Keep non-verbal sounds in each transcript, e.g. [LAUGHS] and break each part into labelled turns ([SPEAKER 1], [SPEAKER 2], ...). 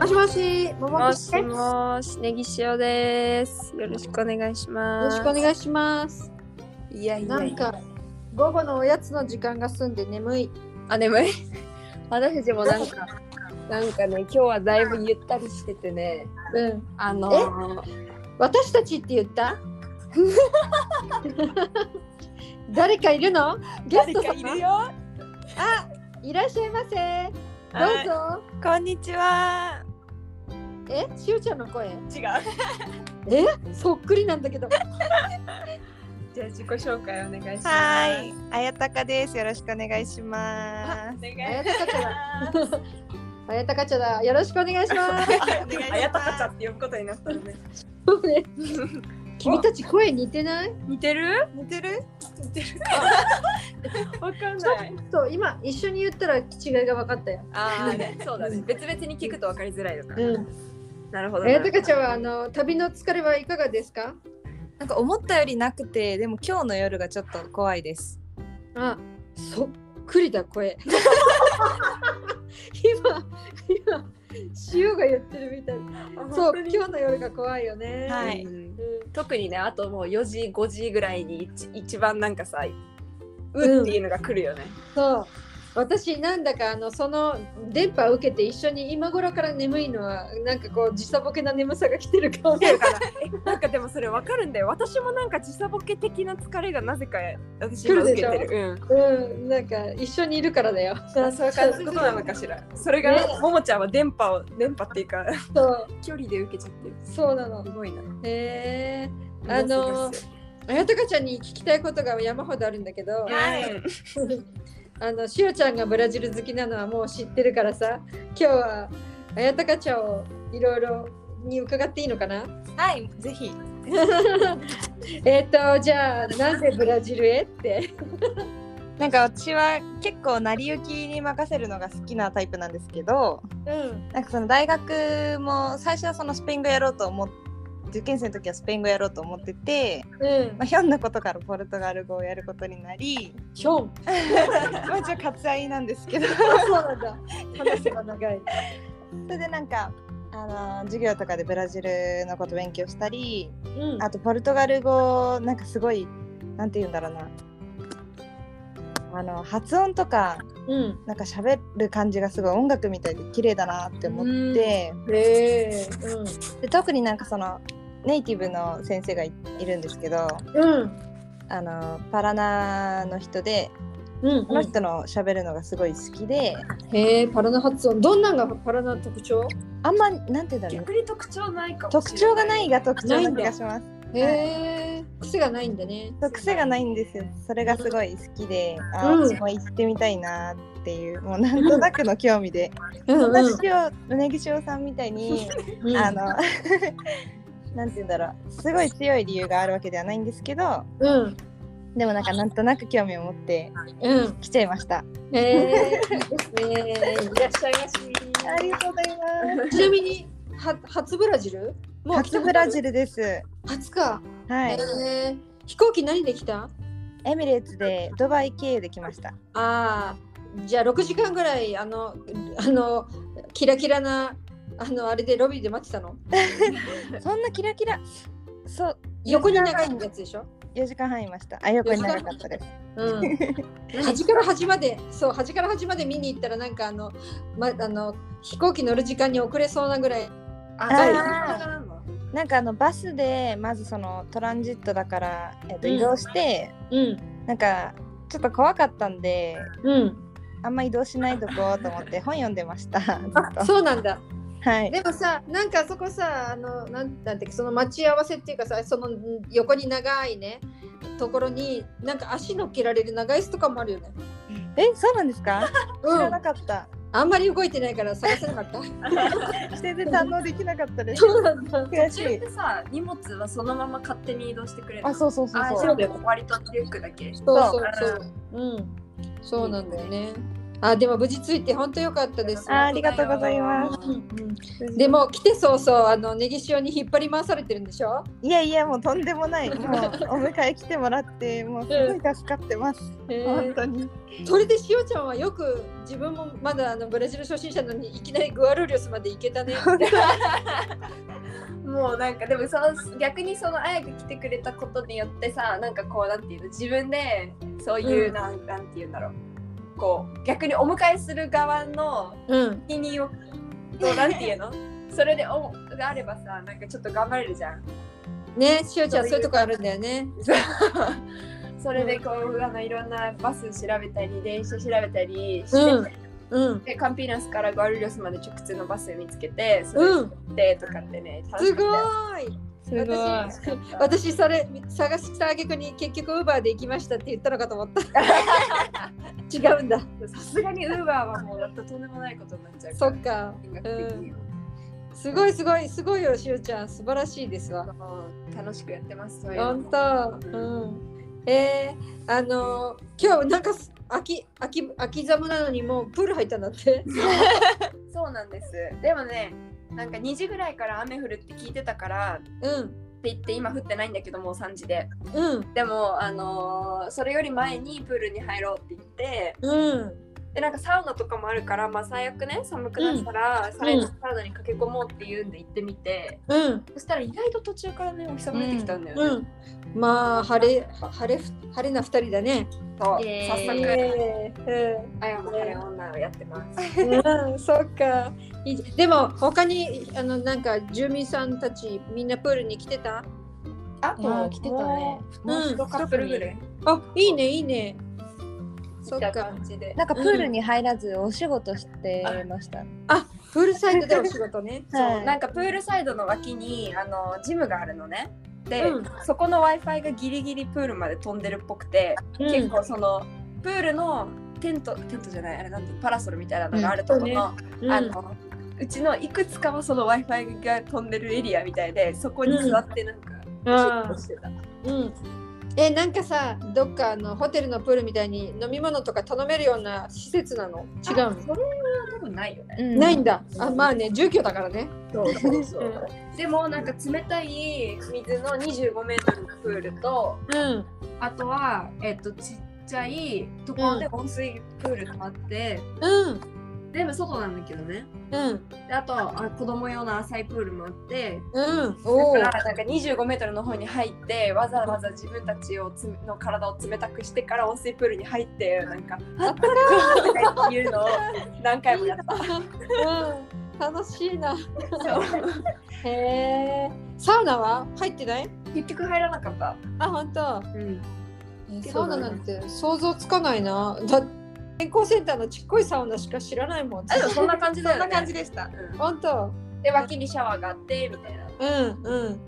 [SPEAKER 1] もしもし、もも
[SPEAKER 2] も
[SPEAKER 1] くで
[SPEAKER 2] し
[SPEAKER 1] す。よ
[SPEAKER 2] もし、ネギ塩です。よろしくお願いしま
[SPEAKER 1] ろ
[SPEAKER 2] す。
[SPEAKER 1] しくお願いします。
[SPEAKER 2] いやい
[SPEAKER 1] な
[SPEAKER 2] やい
[SPEAKER 1] ん
[SPEAKER 2] や。
[SPEAKER 1] か、午後のおやつの時間が済んで眠い。
[SPEAKER 2] あ、眠い。私たちもなんか、なんかね、今日はだいぶゆったりしててね、
[SPEAKER 1] うん。
[SPEAKER 2] あのー、
[SPEAKER 1] 私たちって言った [LAUGHS] 誰かいるのゲスト様
[SPEAKER 2] よ。
[SPEAKER 1] いらっしゃいませ。どうぞ。
[SPEAKER 2] こんにちは。
[SPEAKER 1] え、しおちゃんの声。
[SPEAKER 2] 違う。じゃあ
[SPEAKER 1] え、そっくりなんだけど。
[SPEAKER 2] 自己紹介お願いします。
[SPEAKER 3] はい、あやたかです。よろしくお願いします。
[SPEAKER 2] お
[SPEAKER 1] あ
[SPEAKER 2] 願
[SPEAKER 1] や
[SPEAKER 2] い
[SPEAKER 1] たかちゃだ。あやたかちゃだ。よろしくお願いします。
[SPEAKER 2] [LAUGHS]
[SPEAKER 3] お願いします
[SPEAKER 2] あやたかちゃんって呼ぶことになったのね。
[SPEAKER 1] 君たち声似てない
[SPEAKER 2] 似てる
[SPEAKER 3] 似てる？似てる。
[SPEAKER 2] わかんない。
[SPEAKER 1] そう、今一緒に言ったら違いが分かったよ。
[SPEAKER 2] [LAUGHS] ああ、ね、そうだね。別々に聞くとわかりづらいのか。
[SPEAKER 1] うん。
[SPEAKER 2] なるほど
[SPEAKER 1] あ
[SPEAKER 2] な。
[SPEAKER 1] やたかちゃんはあの旅の疲れはいかがですか
[SPEAKER 3] なんか思ったよりなくて、でも今日の夜がちょっと怖いです。
[SPEAKER 1] あ、そっくりだ声。 [LAUGHS] 今、今、塩が言ってるみたい。そう、今日の夜が怖いよね。
[SPEAKER 3] は
[SPEAKER 2] はい
[SPEAKER 3] い、
[SPEAKER 1] う
[SPEAKER 2] 特にねあともう4時5時ぐらいに一一番なんかさうっていうのが来るよね、
[SPEAKER 1] ん、そう。私なんだかあのその電波を受けて一緒に今頃から眠いのはなんかこう時差ボケな眠さが来てる顔
[SPEAKER 2] 来てるからえなんかでもそれわかるんだよ私もなんか時差ボケ的な疲れがなぜか私今受けて
[SPEAKER 1] 来る
[SPEAKER 2] るうん
[SPEAKER 1] [LAUGHS] うんなんか一緒にいるからだよ
[SPEAKER 2] あそういうことなのかしらそれが、
[SPEAKER 1] ね
[SPEAKER 2] ももちゃんは電波を電波っていうか
[SPEAKER 1] そう
[SPEAKER 2] 距離で受けちゃってる
[SPEAKER 1] そうなの
[SPEAKER 2] すごいな
[SPEAKER 1] へえあのーあやたかちゃんに聞きたいことが山ほどあるんだけど、
[SPEAKER 2] は
[SPEAKER 3] はいい、
[SPEAKER 1] [LAUGHS] あのしおちゃんがブラジル好きなのはもう知ってるからさ今日はあやたかちゃんをいろいろに伺っていいのかな
[SPEAKER 3] はい、ぜひ。
[SPEAKER 1] えっ、とじゃあなぜブラジルへって
[SPEAKER 3] なんか私は結構成り行きに任せるのが好きなタイプなんですけど、
[SPEAKER 1] うん
[SPEAKER 3] なんかその大学も最初はそのスペイン語やろうと思って。受験生の時はスペイン語やろうと思ってて、
[SPEAKER 1] うん
[SPEAKER 3] まあ、ひょんなことからポルトガル語をやることになり、
[SPEAKER 1] ひょん
[SPEAKER 3] まあ、ちょっと割愛なんですけど、
[SPEAKER 1] あそうなんだ話せば長い
[SPEAKER 3] それでなんかあの授業とかでブラジルのこと勉強したり
[SPEAKER 1] うん
[SPEAKER 3] あとポルトガル語なんかすごいなんて言うんだろうなあの発音とか
[SPEAKER 1] うん
[SPEAKER 3] なんか喋る感じがすごい音楽みたいで綺麗だなって思って
[SPEAKER 1] へえ
[SPEAKER 3] で特になんかそのネイティブの先生がいいるんですけど
[SPEAKER 1] うんうん
[SPEAKER 3] あのパラナの人で
[SPEAKER 1] うん
[SPEAKER 3] この人の喋るのがすごい好きで
[SPEAKER 1] へえパラナ発音どんなんがパラナの特徴
[SPEAKER 3] あんまなんて言うんだろうな
[SPEAKER 2] 逆に特徴ないかも
[SPEAKER 3] 特
[SPEAKER 2] しれ
[SPEAKER 3] 徴がないが特徴
[SPEAKER 1] ない
[SPEAKER 3] なん
[SPEAKER 1] だ
[SPEAKER 3] 気がします。
[SPEAKER 1] へえ癖がないんだね
[SPEAKER 3] そう癖がないんですよそれがすごい好きで、あ
[SPEAKER 1] うん
[SPEAKER 3] 私も行ってみたいなっていうもうなんとなくの興味で、
[SPEAKER 1] うんうん
[SPEAKER 3] 私を胸ぎしおさんみたいに、
[SPEAKER 1] うん
[SPEAKER 3] あの [LAUGHS] なんて言うんだろうすごい強い理由があるわけではないんですけど
[SPEAKER 1] うん
[SPEAKER 3] でもなんかなんとなく興味を持って
[SPEAKER 1] うん。
[SPEAKER 3] 来ちゃいました
[SPEAKER 1] えー、いいですね。いらっしゃいまし。
[SPEAKER 3] ありがとうございま
[SPEAKER 1] ちなみに、は、初ブラジル。もう
[SPEAKER 3] 初ブラジ
[SPEAKER 1] ル。
[SPEAKER 3] ルです
[SPEAKER 1] 初か。
[SPEAKER 3] はい
[SPEAKER 1] えー飛行機何で来た。
[SPEAKER 3] エミレーツでドバイ経由できました
[SPEAKER 1] ああ。じゃあ、六時間ぐらい、あの、あの、キラキラな。あの、あれでロビーで待ってたの。
[SPEAKER 3] そんなキラキラそう
[SPEAKER 1] 横に長いやつでしょ
[SPEAKER 3] 4時間半いましたあ横に長かったです [LAUGHS]
[SPEAKER 1] うん。端から端まで、そう、端から端まで見に行ったら、なんか、あの。ま、あの、飛行機乗る時間に遅れそうなぐらい。
[SPEAKER 2] あ
[SPEAKER 3] はい
[SPEAKER 2] あ
[SPEAKER 3] なんかあのバスでまずそのトランジットだから、えっと
[SPEAKER 1] うん
[SPEAKER 3] 移動して、
[SPEAKER 1] うん。
[SPEAKER 3] なんかちょっと怖かったんで
[SPEAKER 1] うん。
[SPEAKER 3] あんま移動しないとこうと思って本読んでましたずっと
[SPEAKER 1] そうなんだ。
[SPEAKER 3] はい
[SPEAKER 1] でもさなんかあそこさあのなんなんていうかその待ち合わせっていうかさそのん横に長いねところになんか足乗っけられる長椅子とかもあるよね。
[SPEAKER 3] えそうなんですか知
[SPEAKER 1] う
[SPEAKER 3] ら
[SPEAKER 1] ん
[SPEAKER 3] な、か [LAUGHS] った
[SPEAKER 1] あんまり動いてないから探せなかった。
[SPEAKER 3] 全然堪能できなかったです
[SPEAKER 1] そうなんだ。
[SPEAKER 3] 悔
[SPEAKER 2] 途中
[SPEAKER 3] しい
[SPEAKER 2] でさ荷物はそのまま勝手に移動してくれる
[SPEAKER 3] [LAUGHS] あそうそうそう
[SPEAKER 2] あ
[SPEAKER 3] そう
[SPEAKER 2] そうだよ割とリュックだけ。
[SPEAKER 1] そうそうそう。うん、そうなんだよね。あでも無事着いて本当良かったです。
[SPEAKER 3] あありがとうございます
[SPEAKER 1] うんでも来て早々あのネギ塩に引っ張り回されてるんでしょ。
[SPEAKER 3] いやいやもうとんでもない。もうお迎え来てもらってもうすごい助かってます。本当に。
[SPEAKER 1] それでしおちゃんはよく自分もまだあのブラジル初心者なのにいきなりグアルリョスまで行けたね。
[SPEAKER 2] もうなんかでもその逆にそのあやが来てくれたことによってさなんかこうなんていうの自分でそういう、
[SPEAKER 1] うん
[SPEAKER 2] なんなんていうんだろうこう逆にお迎えする側の
[SPEAKER 1] うん。
[SPEAKER 2] 責任をとなんていうの [LAUGHS] それでおがあればさなんかちょっと頑張れるじゃん。 [LAUGHS]
[SPEAKER 1] ねしおちゃんそういうとこあるんだよね。
[SPEAKER 2] それでこうあのいろんなバス調べたり電車調べたりして、
[SPEAKER 1] うんうん。
[SPEAKER 2] でカンピーナスからゴアルリョスまで直通のバス見つけてそれ
[SPEAKER 1] うん
[SPEAKER 2] 乗ってとかってね、楽
[SPEAKER 1] す
[SPEAKER 2] しく
[SPEAKER 1] ご
[SPEAKER 2] て
[SPEAKER 1] い。
[SPEAKER 3] すごい。
[SPEAKER 1] 私
[SPEAKER 3] [LAUGHS]
[SPEAKER 1] 私それ探した挙句に結局ウーバーで行きましたって言ったのかと思った。
[SPEAKER 3] [LAUGHS]
[SPEAKER 1] 違うんだ。
[SPEAKER 2] さすがにウーバーはもうだってとんでもないことになっちゃう
[SPEAKER 1] そ
[SPEAKER 2] から
[SPEAKER 1] っか。
[SPEAKER 2] 金額的には
[SPEAKER 1] すごいすごいすごいよしおちゃん素晴らしいですわ。
[SPEAKER 2] うん楽しくやってますそういうの
[SPEAKER 1] 本当。うん。えー、あのー今日なんかす秋秋秋寒なのにもうプール入ったんだって。
[SPEAKER 2] そうなんですでもねなんか2時ぐらいから雨降るって聞いてたからっ
[SPEAKER 1] うん
[SPEAKER 2] て言って今降ってないんだけどもう3時で
[SPEAKER 1] うん
[SPEAKER 2] でもあのーそれより前にプールに入ろうって言って
[SPEAKER 1] うん
[SPEAKER 2] でなんかサウナとかもあるからまあ最悪ね寒くなったら、サウナサウナに駆け込もうって言うんで行ってみて
[SPEAKER 1] うん
[SPEAKER 2] そしたら意外と途中からねお日様出てきたんだよね、
[SPEAKER 1] うん。まあ晴れ晴れ晴れな二人だね。
[SPEAKER 2] そう
[SPEAKER 3] えー
[SPEAKER 2] 早速、
[SPEAKER 1] えーうん
[SPEAKER 2] あやも晴れ女をやってます
[SPEAKER 1] うん、そっか。いいでも他にあのなんか住民さんたちみんなプールに来てた？
[SPEAKER 2] あ
[SPEAKER 3] いやー来てたね。
[SPEAKER 1] うん
[SPEAKER 2] もう一カップルぐらい
[SPEAKER 1] あ、いいねいいね。そ
[SPEAKER 2] そ
[SPEAKER 1] っ
[SPEAKER 2] っか
[SPEAKER 1] か。
[SPEAKER 2] じで
[SPEAKER 3] なんかプールに入らずお仕事してました。
[SPEAKER 1] あ、プールサイドでお仕事ね。
[SPEAKER 3] はい
[SPEAKER 2] なんかプールサイドの脇にあのジムがあるのねで、
[SPEAKER 1] うん
[SPEAKER 2] そこの w i f i がギリギリプールまで飛んでるっぽくて、
[SPEAKER 1] うん
[SPEAKER 2] 結構そのプールのテントテントじゃないあれなんてパラソルみたいなのがあるところの,、
[SPEAKER 1] うん
[SPEAKER 2] あのうちのいくつかはその w i f i が飛んでるエリアみたいでそこに座ってなんか。
[SPEAKER 1] あ
[SPEAKER 2] してた
[SPEAKER 1] ーうん。え、なんかさ、どっかあのホテルのプールみたいに飲み物とか頼めるような施設なの？違う
[SPEAKER 2] あそれは多分ないよね。
[SPEAKER 1] の？ないんだ。あ、まあね、住居だからね。
[SPEAKER 2] そうそうそう。でもなんか冷たい水の25メートルのプールと
[SPEAKER 1] うん。
[SPEAKER 2] あとは、えっとちっちゃいところで温水プールがあって、
[SPEAKER 1] うん。
[SPEAKER 2] 全部外なんだけどね
[SPEAKER 1] うん。
[SPEAKER 2] であとあ子供用の浅いプールもあって
[SPEAKER 1] うん。
[SPEAKER 2] だ
[SPEAKER 1] お
[SPEAKER 2] か
[SPEAKER 1] お。
[SPEAKER 2] らなんか25メートルの方に入ってわざわざ自分たちをつの体を冷たくしてから温水プールに入ってなんか「あったかい」とか言っていうのを何回もやった。
[SPEAKER 1] [LAUGHS] うん。楽しいな。
[SPEAKER 2] そう
[SPEAKER 1] へえ。サウナは入ってない？
[SPEAKER 2] 結局入らなかった。
[SPEAKER 1] あ、本当。
[SPEAKER 2] うん
[SPEAKER 1] え
[SPEAKER 2] け
[SPEAKER 1] サウ
[SPEAKER 2] ど
[SPEAKER 1] ナなんて想像つかないな。だ健康センターのちっこいサウナしか知らないもん。
[SPEAKER 2] あでもそんな感じだよね。
[SPEAKER 3] そんな感じでした
[SPEAKER 2] うん
[SPEAKER 1] 本当。
[SPEAKER 2] で脇にシャワーがあってみたいな。
[SPEAKER 1] うんうん。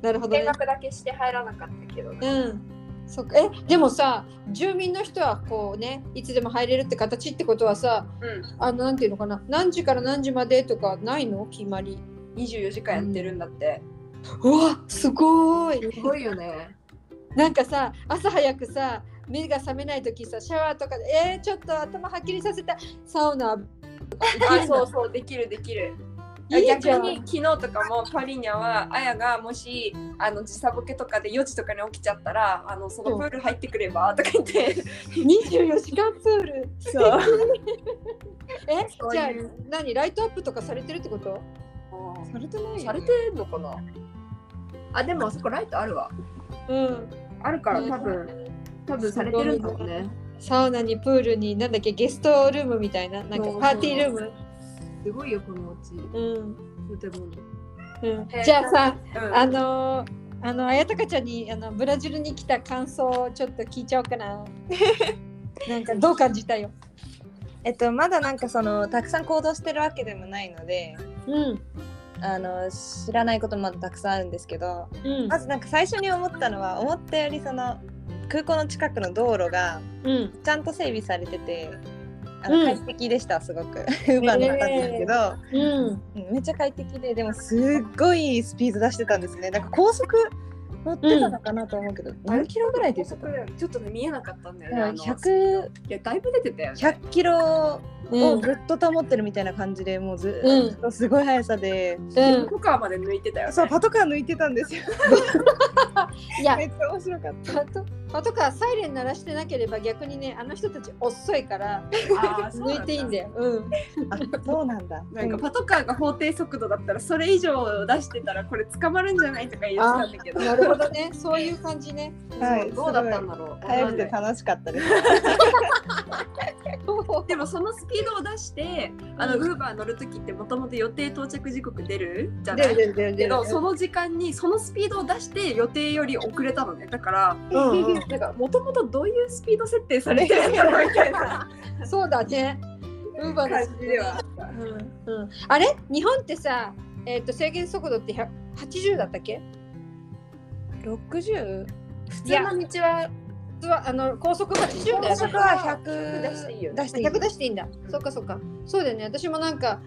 [SPEAKER 1] なるほど
[SPEAKER 2] 見
[SPEAKER 1] ね。
[SPEAKER 2] 学だけして入らなかったけど、
[SPEAKER 1] うん。そっかえでもさ住民の人はこうねいつでも入れるって形ってことはさ
[SPEAKER 2] う
[SPEAKER 1] あのなんていうのかな何時から何時までとかないの決まり
[SPEAKER 2] ん、24時間やってるんだって、
[SPEAKER 1] うわすごーい
[SPEAKER 2] すごいよね
[SPEAKER 1] なんかさ朝早くさ目が覚めない時さシャワーとかでえー、ちょっと頭はっきりさせたサウナ
[SPEAKER 2] [LAUGHS] あそうそうできるできる
[SPEAKER 1] いいじゃん
[SPEAKER 2] 逆に昨日とかもパリーニャはあやがもしあの時差ボケとかで4時とかに起きちゃったらあのそのプール入ってくればとか言って
[SPEAKER 1] 24時間プール [LAUGHS]
[SPEAKER 2] そう
[SPEAKER 1] え
[SPEAKER 2] そう
[SPEAKER 1] じゃあ
[SPEAKER 2] いう
[SPEAKER 1] 何ライトアップとかされてるってこと
[SPEAKER 3] されてないよね
[SPEAKER 2] されてんのかなあでもあそこライトあるわ
[SPEAKER 1] うん
[SPEAKER 2] あるから多分、多分されてるんだろうね
[SPEAKER 1] サウナにプールになんだっけゲストルームみたいななんか
[SPEAKER 2] そう
[SPEAKER 1] パーティールーム
[SPEAKER 2] すごいよこのお家
[SPEAKER 1] うん、
[SPEAKER 2] 建物
[SPEAKER 1] うん
[SPEAKER 2] えー
[SPEAKER 1] じゃあさ
[SPEAKER 2] うん
[SPEAKER 1] あのーあの綾鷹ちゃんにあのブラジルに来た感想をちょっと聞いちゃおうか [LAUGHS] ななんかどう感じたよ
[SPEAKER 3] えっとまだなんかそのたくさん行動してるわけでもないので、
[SPEAKER 1] うん
[SPEAKER 3] あの知らないこともまだたくさんあるんですけど、
[SPEAKER 1] うん
[SPEAKER 3] まずなんか最初に思ったのは思ったよりその空港の近くの道路が
[SPEAKER 1] うん
[SPEAKER 3] ちゃんと整備されてて。あ
[SPEAKER 1] う
[SPEAKER 3] の
[SPEAKER 1] ん
[SPEAKER 3] 快適でした、すごく [LAUGHS] 馬乗ったんですけど、
[SPEAKER 1] うん
[SPEAKER 3] うんめっちゃ快適ででもすっごいスピード出してたんですねなんか高速乗ってたのかなと思うけど、何キロぐらいで
[SPEAKER 2] ち
[SPEAKER 3] す
[SPEAKER 2] ょっ
[SPEAKER 3] か
[SPEAKER 2] とちょっとね見えなかったんだよね。あの
[SPEAKER 3] 100,
[SPEAKER 2] いやだいぶ出てたよね。
[SPEAKER 3] 100キロ
[SPEAKER 1] う
[SPEAKER 3] を
[SPEAKER 1] ん
[SPEAKER 3] ずっと保ってるみたいな感じでもうずっとすごい速さで、
[SPEAKER 1] うん
[SPEAKER 2] 横川まで抜いてたよね。
[SPEAKER 3] そうパトカー抜いてたんですよ [LAUGHS]
[SPEAKER 1] いや
[SPEAKER 3] めっちゃ面白かった
[SPEAKER 1] パトパトカーサイレン鳴らしてなければ逆にねあの人たち遅いから
[SPEAKER 2] あーそうなん
[SPEAKER 1] 抜いていいんだよ。うん、
[SPEAKER 3] [LAUGHS] あそうなんだ
[SPEAKER 2] なんかパトカーが法定速度だったらそれ以上出してたらこれ捕まるんじゃないとか言ってたんだけど。
[SPEAKER 1] なるほどね [LAUGHS] そういう感じね。
[SPEAKER 3] はい
[SPEAKER 2] [LAUGHS] どうだったんだろう。
[SPEAKER 3] 早くて
[SPEAKER 2] わかんない
[SPEAKER 3] 楽しかったです
[SPEAKER 2] でもそのスピードを出してあの
[SPEAKER 1] う
[SPEAKER 2] ウーバー乗る時ってもともと予定到着時刻出るじゃな
[SPEAKER 1] 出る
[SPEAKER 2] い
[SPEAKER 1] 出る出る出
[SPEAKER 2] け
[SPEAKER 1] る
[SPEAKER 2] ど。その時間にそのスピードを出して予定より遅れたのねだから
[SPEAKER 1] うん
[SPEAKER 3] [LAUGHS]
[SPEAKER 1] うん
[SPEAKER 2] なんかもともとどういうスピード設定されてるんだろうみたいな
[SPEAKER 1] そうだね。ウーバーの
[SPEAKER 2] 感じではあった。
[SPEAKER 1] うんうん、あれ日本ってさ、えっと制限速度って100 80だったっけ
[SPEAKER 3] 60?
[SPEAKER 2] 普通の道は
[SPEAKER 1] 普通はあの高速80だよね。
[SPEAKER 3] 高速は100
[SPEAKER 2] 出していいよね
[SPEAKER 3] 出していい
[SPEAKER 1] 100出していいんだ。そっかそっか。そうだよね。私もなんか、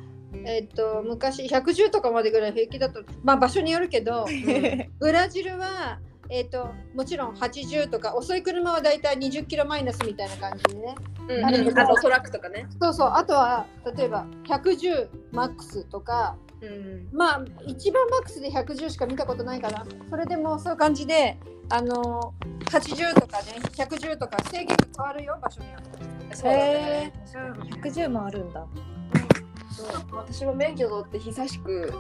[SPEAKER 1] えっと昔110とかまでぐらい平気だと、まあ場所によるけど、ブラジルは、えっともちろん80とか遅い車はだいたい20キロマイナスみたいな感じでね。
[SPEAKER 2] うん
[SPEAKER 3] あるけど
[SPEAKER 2] あとトラックとかね。
[SPEAKER 1] そうそう。あとは例えば110マックスとか、
[SPEAKER 2] うん
[SPEAKER 1] まあ一番マックスで110しか見たことないから、それでもうそういう感じで、あの80とかね110とか制限が変わるよ場所によって。
[SPEAKER 2] そうだね。うん
[SPEAKER 3] 110もあるんだ
[SPEAKER 2] そう私も免許取って久しく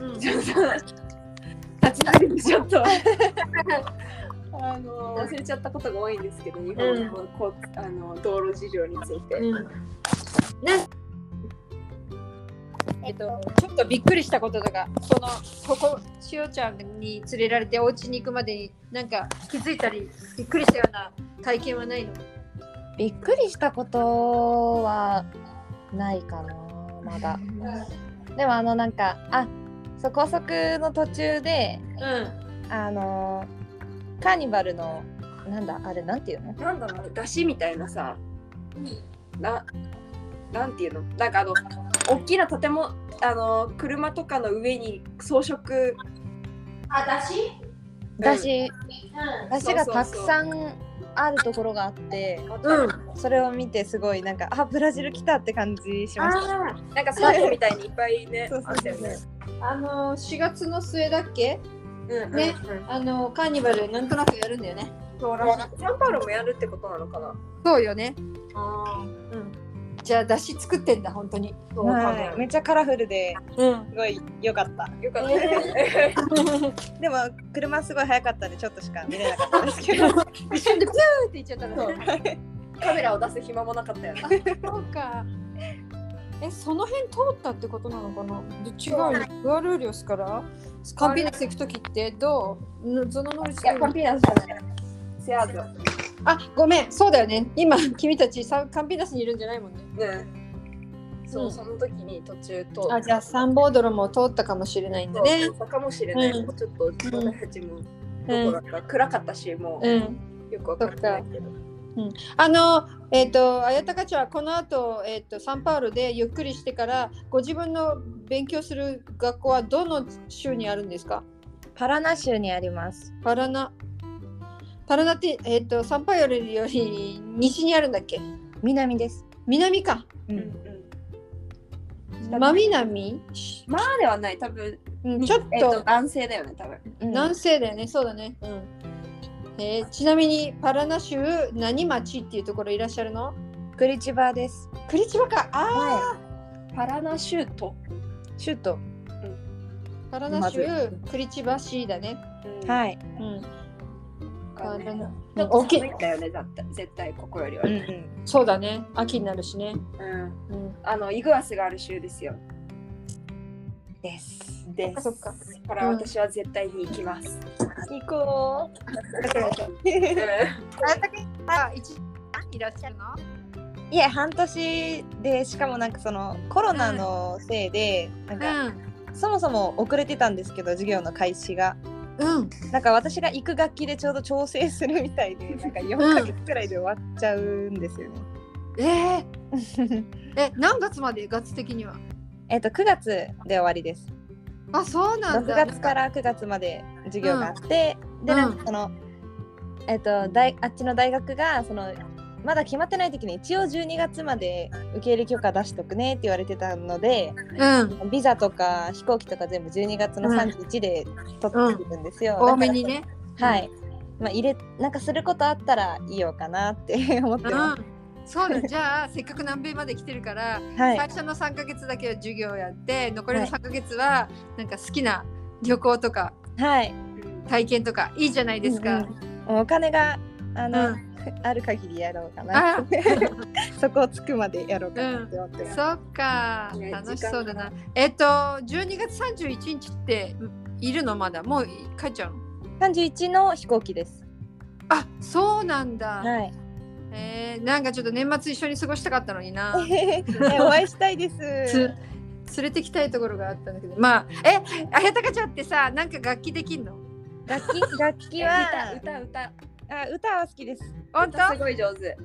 [SPEAKER 1] うん
[SPEAKER 2] ちょっと立ち退いてちょっとあの忘れちゃったことが多いんですけど日本のこうあの道路事情について、
[SPEAKER 1] うんなんえっと、ちょっとびっくりしたこととかそのここしおちゃんに連れられてお家に行くまでになんか気づいたりびっくりしたような体験はないの
[SPEAKER 3] びっくりしたことはないかなまだでもあのなんかあそう高速の途中で
[SPEAKER 1] う
[SPEAKER 3] あのカーニバルのなんだあれなんていうの
[SPEAKER 2] なんだろう出汁みたいなさななんていうのなんかあの大きな建物あの車とかの上に装飾
[SPEAKER 1] あだし
[SPEAKER 3] だし
[SPEAKER 1] う
[SPEAKER 3] だしがたくさんあるところがあって
[SPEAKER 1] うん
[SPEAKER 3] それを見てすごいなんかあブラジル来たって感じしまし
[SPEAKER 1] あ
[SPEAKER 2] なんか倉庫みたいにいっぱいね
[SPEAKER 3] そう
[SPEAKER 2] あ
[SPEAKER 3] そう
[SPEAKER 2] っ
[SPEAKER 3] そう
[SPEAKER 2] たよね。
[SPEAKER 1] ーあの4月の末だっけ
[SPEAKER 2] うんうん
[SPEAKER 1] ね
[SPEAKER 2] うん
[SPEAKER 1] あのカーニバルなんとなくやるんだよね
[SPEAKER 2] そうらしいサンパウロもやるってことなのかな
[SPEAKER 1] そうよね
[SPEAKER 2] あ
[SPEAKER 1] うんじゃあだし作ってんだ本当に
[SPEAKER 2] あ、そ
[SPEAKER 3] た、
[SPEAKER 2] うか
[SPEAKER 3] はい、めっちゃカラフルで
[SPEAKER 1] うん
[SPEAKER 3] すごい良かった
[SPEAKER 2] よかったね。
[SPEAKER 3] でも車すごい速かったんでちょっとしか見れなかったですけど
[SPEAKER 1] 一瞬でブーっていっちゃったの
[SPEAKER 2] [LAUGHS] カメラを出す暇もなかったよね。
[SPEAKER 1] そうか。え、その辺通ったってことなのかな。で、違うよ。グアルーリオスから。カンピーナス行くときって、どう。そのノリ
[SPEAKER 2] いや、カンピーナスじゃない。セアーズ。
[SPEAKER 1] あ、ごめん。そうだよね。今、君たち、さ、カンピーナスにいるんじゃないもんね。
[SPEAKER 2] ね。そうう、
[SPEAKER 1] ん
[SPEAKER 2] その時に途中と。
[SPEAKER 1] あ、じゃあ、サンボードロも通ったかもしれないんだ
[SPEAKER 2] そう
[SPEAKER 1] ね。
[SPEAKER 2] そうかもしれない。
[SPEAKER 1] うん
[SPEAKER 2] ちょっと私たちもどこだった、暗かったし、もう、
[SPEAKER 1] うん。
[SPEAKER 2] よくわかんないけど。
[SPEAKER 1] あの。えっ、と、綾鷹ちゃんはこの後、えっ、と、サンパウロでゆっくりしてから、ご自分の勉強する学校はどの州にあるんですか
[SPEAKER 3] パラナ州にあります
[SPEAKER 1] パラナ。パラナって、えっ、と、サンパウロより西にあるんだっけ
[SPEAKER 3] 南です、
[SPEAKER 1] 南か。
[SPEAKER 3] う
[SPEAKER 2] うんんうん
[SPEAKER 1] 真南、
[SPEAKER 2] まあではない、多分、
[SPEAKER 1] うん、ちょっ
[SPEAKER 2] え
[SPEAKER 1] と
[SPEAKER 2] 男性だよね、多分。
[SPEAKER 3] うん
[SPEAKER 1] 南西だよね、そうだね。うんえーちなみにパラナ州何町っていうところいらっしゃるの
[SPEAKER 3] クリチバです
[SPEAKER 1] クリチバか。ああ、
[SPEAKER 2] パラナシュート。
[SPEAKER 3] シュート
[SPEAKER 1] パラナ州
[SPEAKER 3] ま
[SPEAKER 1] クリチバ市だね。
[SPEAKER 2] い。
[SPEAKER 3] はい、
[SPEAKER 1] うん、
[SPEAKER 2] パラナ
[SPEAKER 1] うん
[SPEAKER 2] ちょっと寒いんだよね、だって絶対ここよりは
[SPEAKER 3] うんう
[SPEAKER 2] ね。
[SPEAKER 3] ん、
[SPEAKER 1] そうだね。秋になるしね。
[SPEAKER 2] うん。
[SPEAKER 1] うん、
[SPEAKER 2] あの、イグアスがある州ですよ。
[SPEAKER 3] です
[SPEAKER 2] で
[SPEAKER 1] そっか
[SPEAKER 2] だから私は絶対に行きます。
[SPEAKER 3] 行こ
[SPEAKER 2] うん
[SPEAKER 3] う
[SPEAKER 1] あたけあ一いらっしゃるの？
[SPEAKER 3] いや半年でしかもなんかそのコロナのせいで、なんかそもそも遅れてたんですけど授業の開始が
[SPEAKER 1] うん、うん、
[SPEAKER 3] なんか私が行く学期でちょうど調整するみたいでなんか4ヶ月くらいで終わっちゃうんですよね。
[SPEAKER 1] えー、え何月まで月的には？
[SPEAKER 3] えっと9月で終わりです。
[SPEAKER 1] あ、そうなん
[SPEAKER 3] 6
[SPEAKER 1] だ。
[SPEAKER 3] 月から9月まで授業があって、で
[SPEAKER 1] うん
[SPEAKER 3] なんかその、えっと大あっちの大学がそのまだ決まってない時に一応12月まで受け入れ許可出しとくねって言われてたので
[SPEAKER 1] うん。
[SPEAKER 3] ビザとか飛行機とか全部12月の31で取ってくるんですよ。
[SPEAKER 1] 多めに
[SPEAKER 3] [LAUGHS]
[SPEAKER 1] ね。
[SPEAKER 3] だから。はい。まあ、入れなんかすることあったらいいよかなって思って [LAUGHS]
[SPEAKER 1] う
[SPEAKER 3] ま
[SPEAKER 1] ん。そうだ。じゃあせっかく南米まで来てるから、
[SPEAKER 3] す。はい
[SPEAKER 1] 最。初の3ヶ月だけは授業やって、残りの
[SPEAKER 3] はい
[SPEAKER 1] 3ヶ月はなんか好きな旅行とか
[SPEAKER 3] はい。
[SPEAKER 1] 体験とかいいじゃないですか。
[SPEAKER 3] うんうんお金があ
[SPEAKER 1] う
[SPEAKER 3] の、
[SPEAKER 1] ん。
[SPEAKER 3] ある限りやろうかな。
[SPEAKER 1] あ、
[SPEAKER 3] [LAUGHS] そこをつくまでやろうかなって思ってます。
[SPEAKER 1] そっか。
[SPEAKER 2] ね
[SPEAKER 1] 楽しそうだな。えっと12月31日っているのまだもう帰っちゃうの。
[SPEAKER 3] 31の飛行機です。
[SPEAKER 1] あ、そうなんだ。
[SPEAKER 3] はい。
[SPEAKER 1] えー、なんかちょっと年末一緒に過ごしたかったのにな
[SPEAKER 3] えお会いしたいで
[SPEAKER 1] つ
[SPEAKER 3] す。
[SPEAKER 1] 連れてきたいところがあったんだけどまあえあやたかちゃんってさなんか楽器できんの
[SPEAKER 3] 楽
[SPEAKER 2] [LAUGHS]
[SPEAKER 3] 器楽器
[SPEAKER 2] 歌
[SPEAKER 3] は
[SPEAKER 2] 歌歌
[SPEAKER 3] あ歌は好きです。
[SPEAKER 1] 本
[SPEAKER 2] 歌す
[SPEAKER 1] 当
[SPEAKER 2] ごい上手。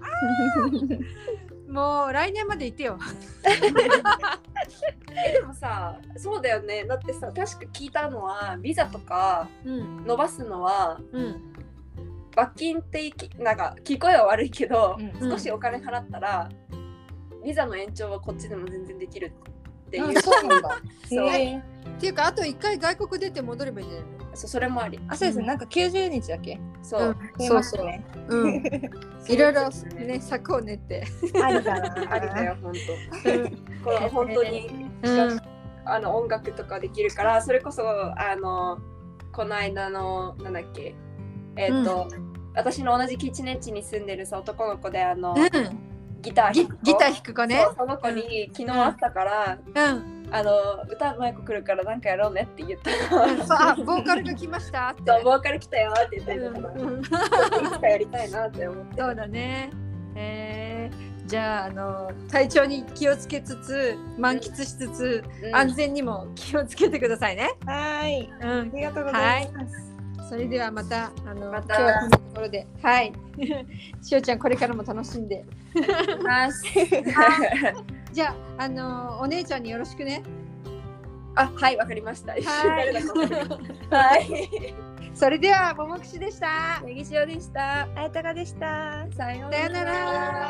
[SPEAKER 1] もう来年までいてよ
[SPEAKER 2] えでもさそうだよねだってさ確か聞いたのはビザとか
[SPEAKER 1] うん
[SPEAKER 2] 伸ばすのは
[SPEAKER 1] うん
[SPEAKER 2] 罰金っていきなんか聞こえは悪いけど、
[SPEAKER 1] うん
[SPEAKER 2] 少しお金払ったらビザの延長はこっちでも全然できるっていう
[SPEAKER 3] あそうなんだ。
[SPEAKER 2] そう
[SPEAKER 3] へー
[SPEAKER 1] っていうかあと一回外国出て戻ればいいんじゃない、
[SPEAKER 2] そうそれもあり
[SPEAKER 3] あそうですね。なんか90日だっけ。
[SPEAKER 2] そううん
[SPEAKER 3] そうそうね。
[SPEAKER 1] うん
[SPEAKER 2] そう
[SPEAKER 1] いろいろ
[SPEAKER 2] です
[SPEAKER 1] ね策を練って
[SPEAKER 3] ありだな。
[SPEAKER 2] ありだ。よ本当これは本当に、
[SPEAKER 1] うん
[SPEAKER 2] あの音楽とかできるからそれこそあのこの間のなんだっけえっ、と、私の同じキッチネッチに住んでるさ男の子であ
[SPEAKER 1] う
[SPEAKER 2] の、
[SPEAKER 1] ん
[SPEAKER 2] ギター
[SPEAKER 1] ギギター
[SPEAKER 2] 弾
[SPEAKER 1] 弾く子
[SPEAKER 2] く
[SPEAKER 1] ね
[SPEAKER 2] そうその子に昨日会ったから、
[SPEAKER 1] うん
[SPEAKER 2] あの歌うまい子来るからなんかやろうねって言った
[SPEAKER 1] うんそうあボーカルが来ましたって
[SPEAKER 2] そうボーカル来たよって言ったりとか、
[SPEAKER 1] うんうん
[SPEAKER 2] いつかやりたいなって思って
[SPEAKER 1] そうだね。えーじゃああの体調に気をつけつつ満喫しつつ、
[SPEAKER 2] うん
[SPEAKER 1] 安全にも気をつけてくださいね。
[SPEAKER 3] はい。
[SPEAKER 1] うん
[SPEAKER 3] あ、りがとうございます。
[SPEAKER 1] それではまたあの
[SPEAKER 2] また
[SPEAKER 1] 今日はこんなところではい。 [LAUGHS] しおちゃんこれからも楽しんで。
[SPEAKER 2] ます
[SPEAKER 1] じゃああのお姉ちゃんによろしくね。
[SPEAKER 2] あはいわかりました一瞬
[SPEAKER 1] は
[SPEAKER 2] 誰
[SPEAKER 1] い
[SPEAKER 2] だかわかりましたはい
[SPEAKER 1] それではももくしでした。
[SPEAKER 2] ネギ塩でした
[SPEAKER 3] あやたかでした。
[SPEAKER 2] さよう
[SPEAKER 1] さよなら。